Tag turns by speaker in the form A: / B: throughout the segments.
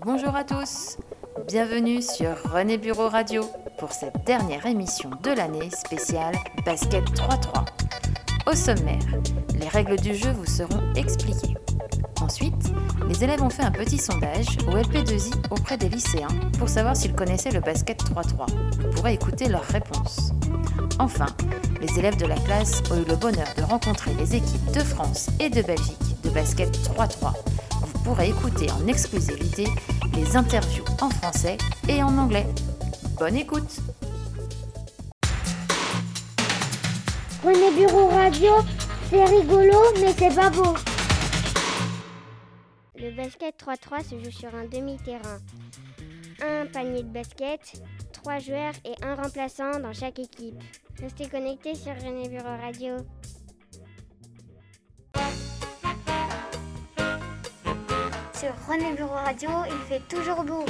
A: Bonjour à tous. Bienvenue sur René Bureau Radio pour cette dernière émission de l'année spéciale Basket 3-3. Au sommaire, les règles du jeu vous seront expliquées. Ensuite, les élèves ont fait un petit sondage au LP2I auprès des lycéens pour savoir s'ils connaissaient le basket 3-3. Vous pourrez écouter leurs réponses. Enfin, les élèves de la classe ont eu le bonheur de rencontrer les équipes de France et de Belgique de basket 3-3. Vous pourrez écouter en exclusivité les interviews en français et en anglais. Bonne écoute
B: René Bureau Radio, c'est rigolo, mais c'est pas beau. Le basket 3-3 se joue sur un demi-terrain. Un panier de basket, trois joueurs et un remplaçant dans chaque équipe. Restez connectés sur René Bureau Radio. Sur René Bureau Radio, il fait toujours beau.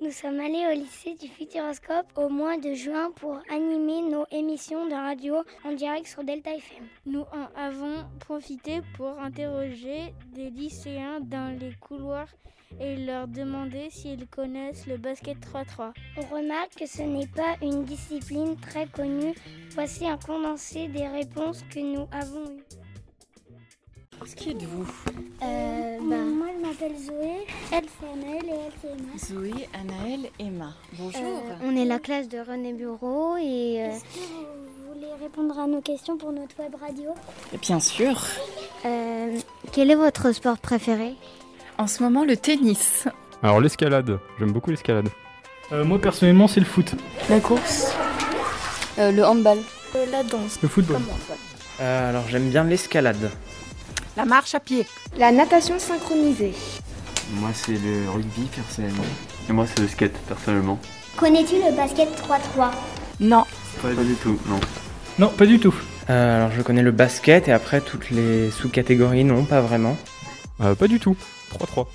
B: Nous sommes allés au lycée du Futuroscope au mois de juin pour animer nos émissions de radio en direct sur Delta FM.
C: Nous en avons profité pour interroger des lycéens dans les couloirs et leur demander s'ils connaissent le basket 3-3.
B: On remarque que ce n'est pas une discipline très connue. Voici un condensé des réponses que nous avons eues.
D: Qui êtes-vous
B: Moi, je m'appelle Zoé, elle fait Annel et elle fait Emma.
D: Zoé, Anaël, Emma. Bonjour.
E: Euh,
F: On est la classe de René Bureau et euh,
B: Est-ce que vous voulez répondre à nos questions pour notre web radio
D: Bien sûr.
F: euh, quel est votre sport préféré
D: En ce moment, le tennis.
G: Alors l'escalade, j'aime beaucoup l'escalade.
H: Euh, moi personnellement c'est le foot.
I: La course. Euh, le handball.
H: Le football.
J: Euh, alors j'aime bien l'escalade.
E: La marche à pied.
I: La natation synchronisée.
K: Moi, c'est le rugby personnellement. Et moi, c'est le skate personnellement.
B: Connais-tu le basket 3-3
E: Non.
K: Pas du tout, non.
H: Non, pas du tout.
J: Euh, alors je connais le basket et après toutes les sous-catégories, non, pas vraiment.
G: Euh, pas du tout. 3-3.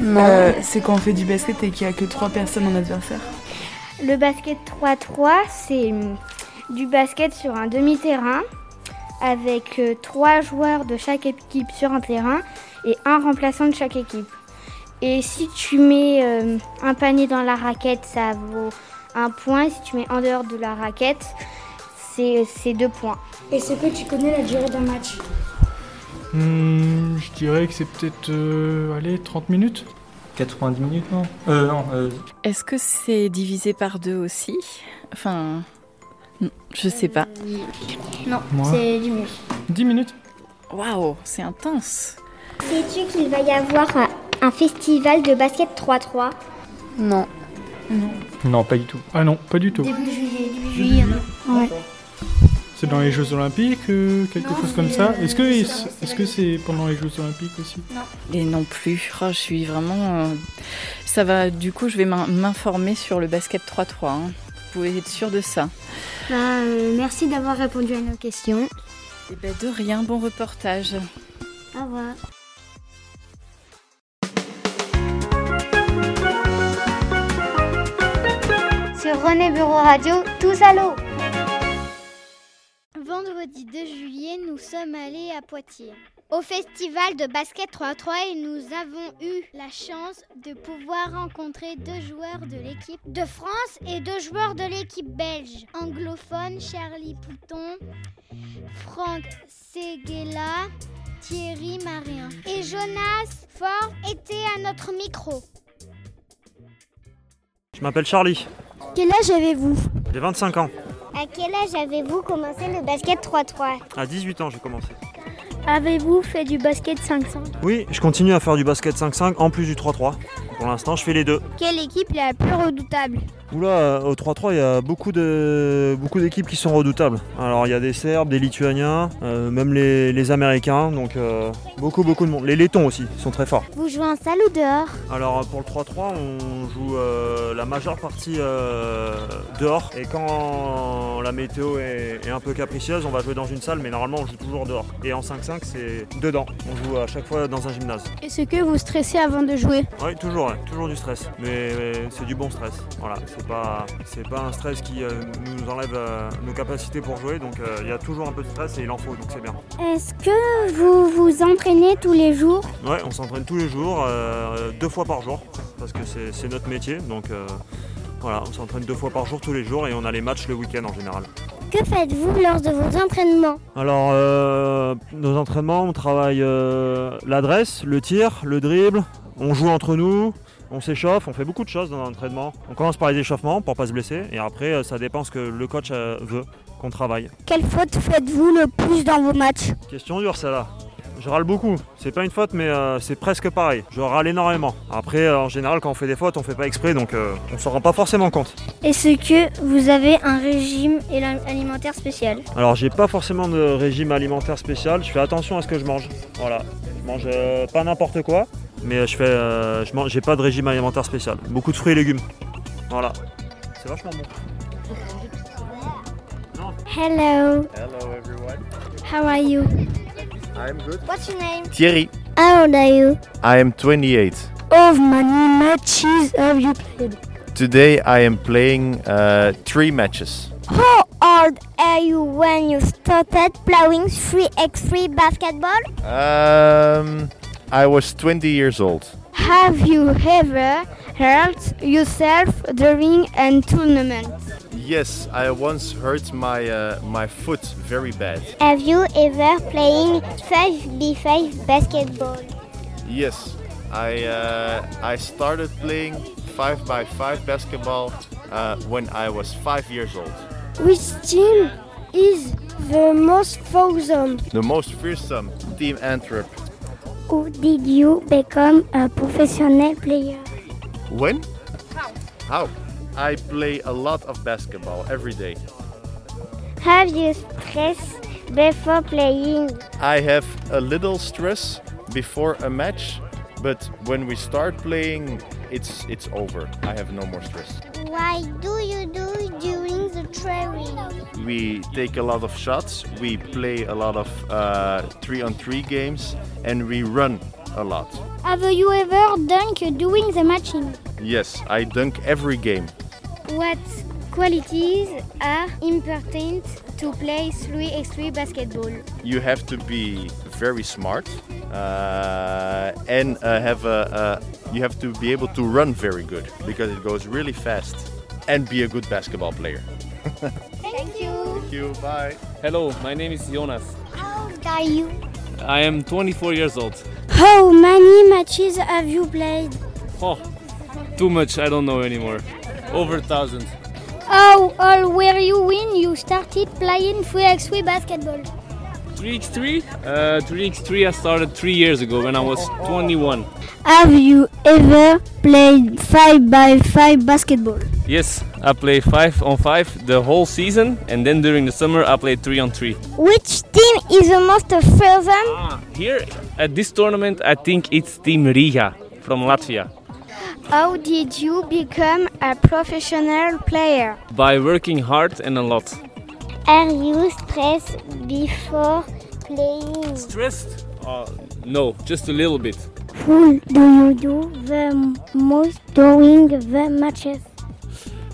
E: Euh, c'est quand on fait du basket et qu'il n'y a que trois personnes en adversaire.
B: Le basket 3-3, c'est hum, du basket sur un demi-terrain avec euh, trois joueurs de chaque équipe sur un terrain et un remplaçant de chaque équipe. Et si tu mets euh, un panier dans la raquette, ça vaut un point. Si tu mets en dehors de la raquette, c'est c'est deux points.
I: Est-ce que tu connais la durée d'un match
H: Hmm, je dirais que c'est peut-être euh, allez 30 minutes.
K: 90 minutes, non
H: Euh non,
D: Est-ce que c'est divisé par deux aussi Enfin, non, je sais pas.
B: Non,
H: Moi.
B: c'est du mieux.
H: 10 minutes.
D: Waouh, c'est intense.
B: Sais-tu qu'il va y avoir un festival de basket 3-3
I: Non.
K: Non, pas du tout.
H: Ah non, pas du tout.
B: Début juillet, début
I: Ouais.
H: C'est dans les Jeux Olympiques, euh, quelque
I: Non,
H: chose comme
I: c'est,
H: ça.
I: euh,
H: Est-ce que
I: c'est
H: est-ce
I: un festival
H: est-ce que
I: de-
H: c'est pendant les Jeux Olympiques aussi
D: Et non plus. Oh, je suis vraiment. euh, Ça va. Du coup, je vais m'in- m'informer sur le basket 3-3. hein. Vous pouvez être sûr de ça.
F: Bah, euh, Merci d'avoir répondu à nos questions.
D: Et ben de rien. Bon reportage.
F: Au revoir.
B: Sur René Bureau Radio, tous à l'eau
F: Vendredi 2 juillet, nous sommes allés à Poitiers. Au festival de basket 3-3 et nous avons eu la chance de pouvoir rencontrer deux joueurs de l'équipe de France et deux joueurs de l'équipe belge. Anglophone, Charlie Pouton, Franck Seguela, Thierry Marin. Et Jonas Fort était à notre micro.
J: Je m'appelle Charlie,
B: Quel âge avez-vous
J: j'ai 25 ans.
B: À quel âge avez-vous commencé le basket 3-3
J: À 18 ans j'ai commencé.
B: Avez-vous fait du basket 500
J: Oui, je continue à faire du basket 5-5 en plus du 3-3. Pour l'instant je fais les deux.
B: Quelle équipe la plus redoutable
J: Oula, euh, au 3-3, il y a beaucoup de beaucoup d'équipes qui sont redoutables. Alors, il y a des Serbes, des Lituaniens, euh, même les, les Américains, donc euh, beaucoup, beaucoup de monde. Les Lettons aussi sont très forts.
B: Vous jouez en salle ou dehors
J: Alors, pour le 3-3, on joue euh, la majeure partie euh, dehors. Et quand la météo est, est un peu capricieuse, on va jouer dans une salle, mais normalement, on joue toujours dehors. Et en 5-5, c'est dedans. On joue à chaque fois dans un gymnase.
B: Est-ce que vous stressez avant de jouer
J: Oui, toujours, ouais, toujours du stress. Mais, mais c'est du bon stress. Voilà, c'est c'est pas, c'est pas un stress qui euh, nous enlève euh, nos capacités pour jouer, donc euh, il y a toujours un peu de stress et il en faut, donc c'est bien.
B: Est-ce que vous vous entraînez tous les jours
J: Ouais, on s'entraîne tous les jours, euh, deux fois par jour, parce que c'est c'est notre métier, donc euh, voilà, on s'entraîne deux fois par jour tous les jours et on a les matchs le week-end en général.
B: Que faites-vous lors de vos entraînements
J: Alors, euh, nos entraînements, on travaille euh, l'adresse, le tir, le dribble, on joue entre nous, on s'échauffe, on fait beaucoup de choses dans l'entraînement. On commence par les échauffements pour pas se blesser, et après, euh, ça dépend ce que le coach euh, veut qu'on travaille.
B: Quelle faute faites-vous le plus dans vos matchs
J: Question dure celle-là. Je râle beaucoup, c'est pas une faute mais euh, c'est presque pareil. Je râle énormément. Après euh, en général quand on fait des fautes on fait pas exprès donc euh, on s'en rend pas forcément compte.
C: Est-ce que vous avez un régime éla- alimentaire spécial
J: Alors j'ai pas forcément de régime alimentaire spécial, je fais attention à ce que je mange. Voilà, je mange euh, pas n'importe quoi, mais euh, je fais, euh, je mange, j'ai pas de régime alimentaire spécial. Beaucoup de fruits et légumes. Voilà. C'est vachement bon.
B: Hello,
L: Hello everyone.
B: how are you
L: I'm good.
B: What's your name
L: Thierry,
B: How old are you
L: I am 28.
B: How many matches have you played
L: Today I am playing uh, three matches.
B: How old are you when you started playing 3x3 basketball
L: Um, I was 20 years old.
M: Have you ever hurt yourself during a tournament?
L: Yes, I once hurt my uh, my foot very bad.
B: Have you ever playing 5v5 basketball
L: Yes, I uh, I started playing five by five basketball uh, when I was five years old.
I: Which team is the most frozen?
L: The most fearsome team Antwerp.
B: Who did you become a professional player
L: When? How? How? I play a lot of basketball every day.
B: Have you stress before playing
L: I have a little stress before a match, but when we start playing, it's it's over. I have no more stress.
B: Why do you do it during the training?
L: We take a lot of shots. We play a lot of uh, three-on-three games, and we run a lot.
B: Have you ever dunk during the matching?
L: Yes, I dunk every game.
B: What qualities are important to play 3x3 basketball?
L: You have to be very smart uh, and uh, have a. Uh, you have to be able to run very good because it goes really fast, and be a good basketball player.
B: Thank you.
L: Thank you. Bye.
E: Hello, my name is Jonas.
B: How old are you?
E: I am 24 years old.
B: How many matches have you played?
E: Oh, too much, I don't know anymore. Over a thousand.
B: How old were you when you started playing 3x3 basketball?
E: 3x3? Uh, 3x3 I started three years ago when I was 21.
B: Have you ever played 5x5 basketball?
E: Yes, I play 5 on 5 the whole season and then during the summer I play 3 on 3.
B: Which team is the most frozen?
E: Here at this tournament I think it's Team Riga from Latvia.
M: How did you become a professional player?
E: By working hard and a lot.
B: Are you stressed before playing?
E: Stressed? Uh, no, just a little bit.
B: Who do you do the most during the matches?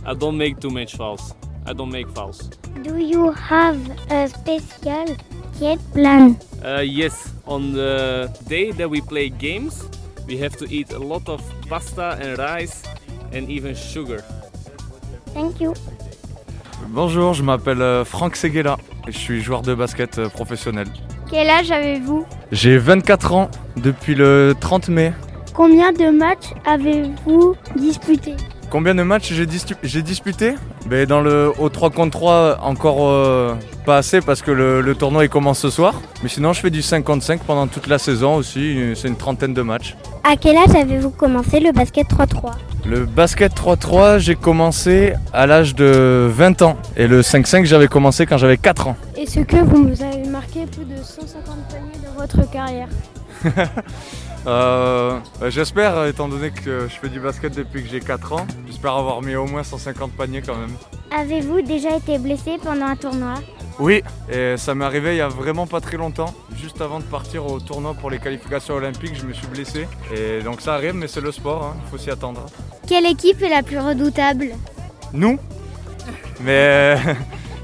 E: I don't make too much fouls. I don't make fouls.
B: Do you have a special diet plan?
E: Uh, yes, on the day that we play games, we have to eat a lot of pasta and rice and even sugar.
B: Thank you.
G: Bonjour, je m'appelle euh, Franck Seguela. Je suis joueur de basket euh, professionnel.
M: Quel âge avez-vous
G: J'ai 24 ans depuis le 30 mai.
M: Combien de matchs avez-vous disputé
G: Combien de matchs j'ai, dis- j'ai disputé Ben, Dans le au 3 contre 3, encore euh, pas assez parce que le, le tournoi il commence ce soir. Mais sinon, je fais du 5 contre 5 pendant toute la saison aussi. euh, C'est une trentaine de matchs.
B: À quel âge avez-vous commencé le basket 3-3
G: Le basket 3-3, j'ai commencé à l'âge de 20 ans. Et le 5-5, j'avais commencé quand j'avais 4 ans.
I: Est-ce que vous avez marqué plus de 150 paniers dans votre carrière
G: Euh, bah, j'espère, euh, étant donné que je fais du basket depuis que j'ai 4 ans, j'espère avoir mis au moins 150 paniers quand même.
B: Avez-vous déjà été blessé pendant un tournoi
G: Oui, et ça m'est arrivé il y a vraiment pas très longtemps. Juste avant de partir au tournoi pour les qualifications olympiques, je me suis blessé. Et donc ça arrive, mais c'est le sport, il faut hein. s'y attendre.
B: Quelle équipe est la plus redoutable
G: nous. Mais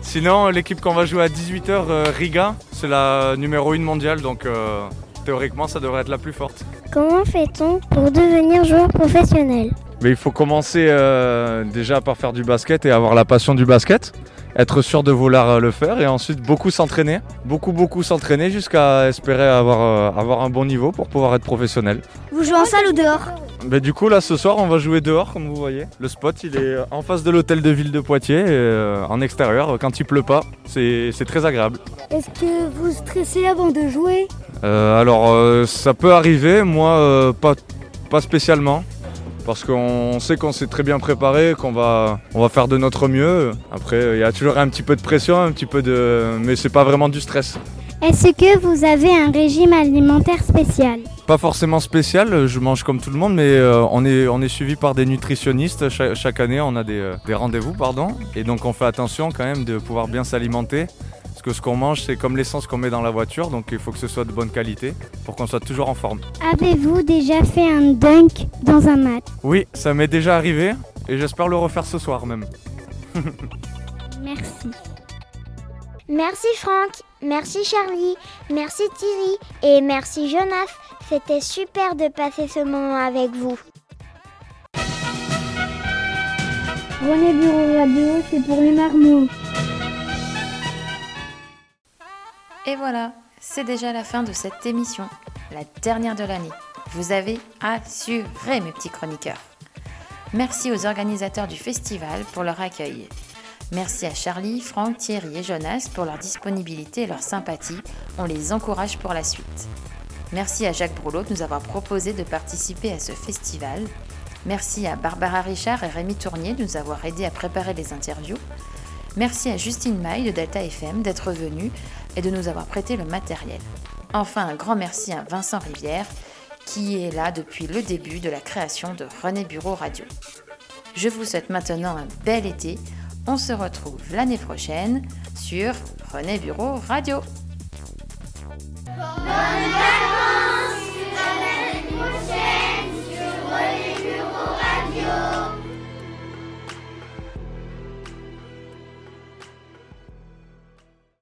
G: sinon, l'équipe qu'on va jouer à 18h, euh, Riga, c'est la numéro 1 mondiale, donc euh, théoriquement, ça devrait être la plus forte.
N: Comment fait-on pour devenir joueur professionnel
G: Mais il faut commencer euh, déjà par faire du basket et avoir la passion du basket, être sûr de vouloir euh, le faire et ensuite beaucoup s'entraîner, beaucoup beaucoup s'entraîner jusqu'à espérer avoir, euh, avoir un bon niveau pour pouvoir être professionnel.
N: Vous jouez en salle ou dehors
G: Mais Bah, du coup là ce soir on va jouer dehors comme vous voyez. Le spot il est euh, en face de l'hôtel de ville de Poitiers, et, euh, en extérieur quand il pleut pas, c'est c'est très agréable.
I: Est-ce que vous stressez avant de jouer
G: Euh, alors, euh, ça peut arriver, moi, euh, pas, pas spécialement. Parce qu'on sait qu'on s'est très bien préparé, qu'on va, on va faire de notre mieux. Après, euh, il y a toujours un petit peu de pression, un petit peu de. Mais c'est pas vraiment du stress.
N: Est-ce que vous avez un régime alimentaire spécial
G: Pas forcément spécial, je mange comme tout le monde, mais euh, on, est, on est suivi par des nutritionnistes. Cha- chaque année, on a des, euh, des rendez-vous, pardon. Et donc, on fait attention quand même de pouvoir bien s'alimenter. Parce que ce qu'on mange, c'est comme l'essence qu'on met dans la voiture, donc il faut que ce soit de bonne qualité pour qu'on soit toujours en forme.
N: Avez-vous déjà fait un dunk dans un match
G: Oui, ça m'est déjà arrivé et j'espère le refaire ce soir même.
N: Merci.
O: Merci Franck, merci Charlie, merci Thierry et merci Jonas. C'était super de passer ce moment avec vous.
I: René Bureau Radio, c'est pour les marmots.
A: Et voilà, c'est déjà la fin de cette émission, la dernière de l'année. Vous avez assuré, mes petits chroniqueurs. Merci aux organisateurs du festival pour leur accueil. Merci à Charlie, Franck, Thierry et Jonas pour leur disponibilité et leur sympathie. On les encourage pour la suite. Merci à Jacques Broulot de nous avoir proposé de participer à ce festival. Merci à Barbara Richard et Rémi Tournier de nous avoir aidés à préparer les interviews. Merci à Justine Maille de Delta FM d'être venue et de nous avoir prêté le matériel. Enfin, un grand merci à Vincent Rivière qui est là depuis le début de la création de René Bureau Radio. Je vous souhaite maintenant un bel été. On se retrouve l'année prochaine sur René Bureau Radio.
O: Bonne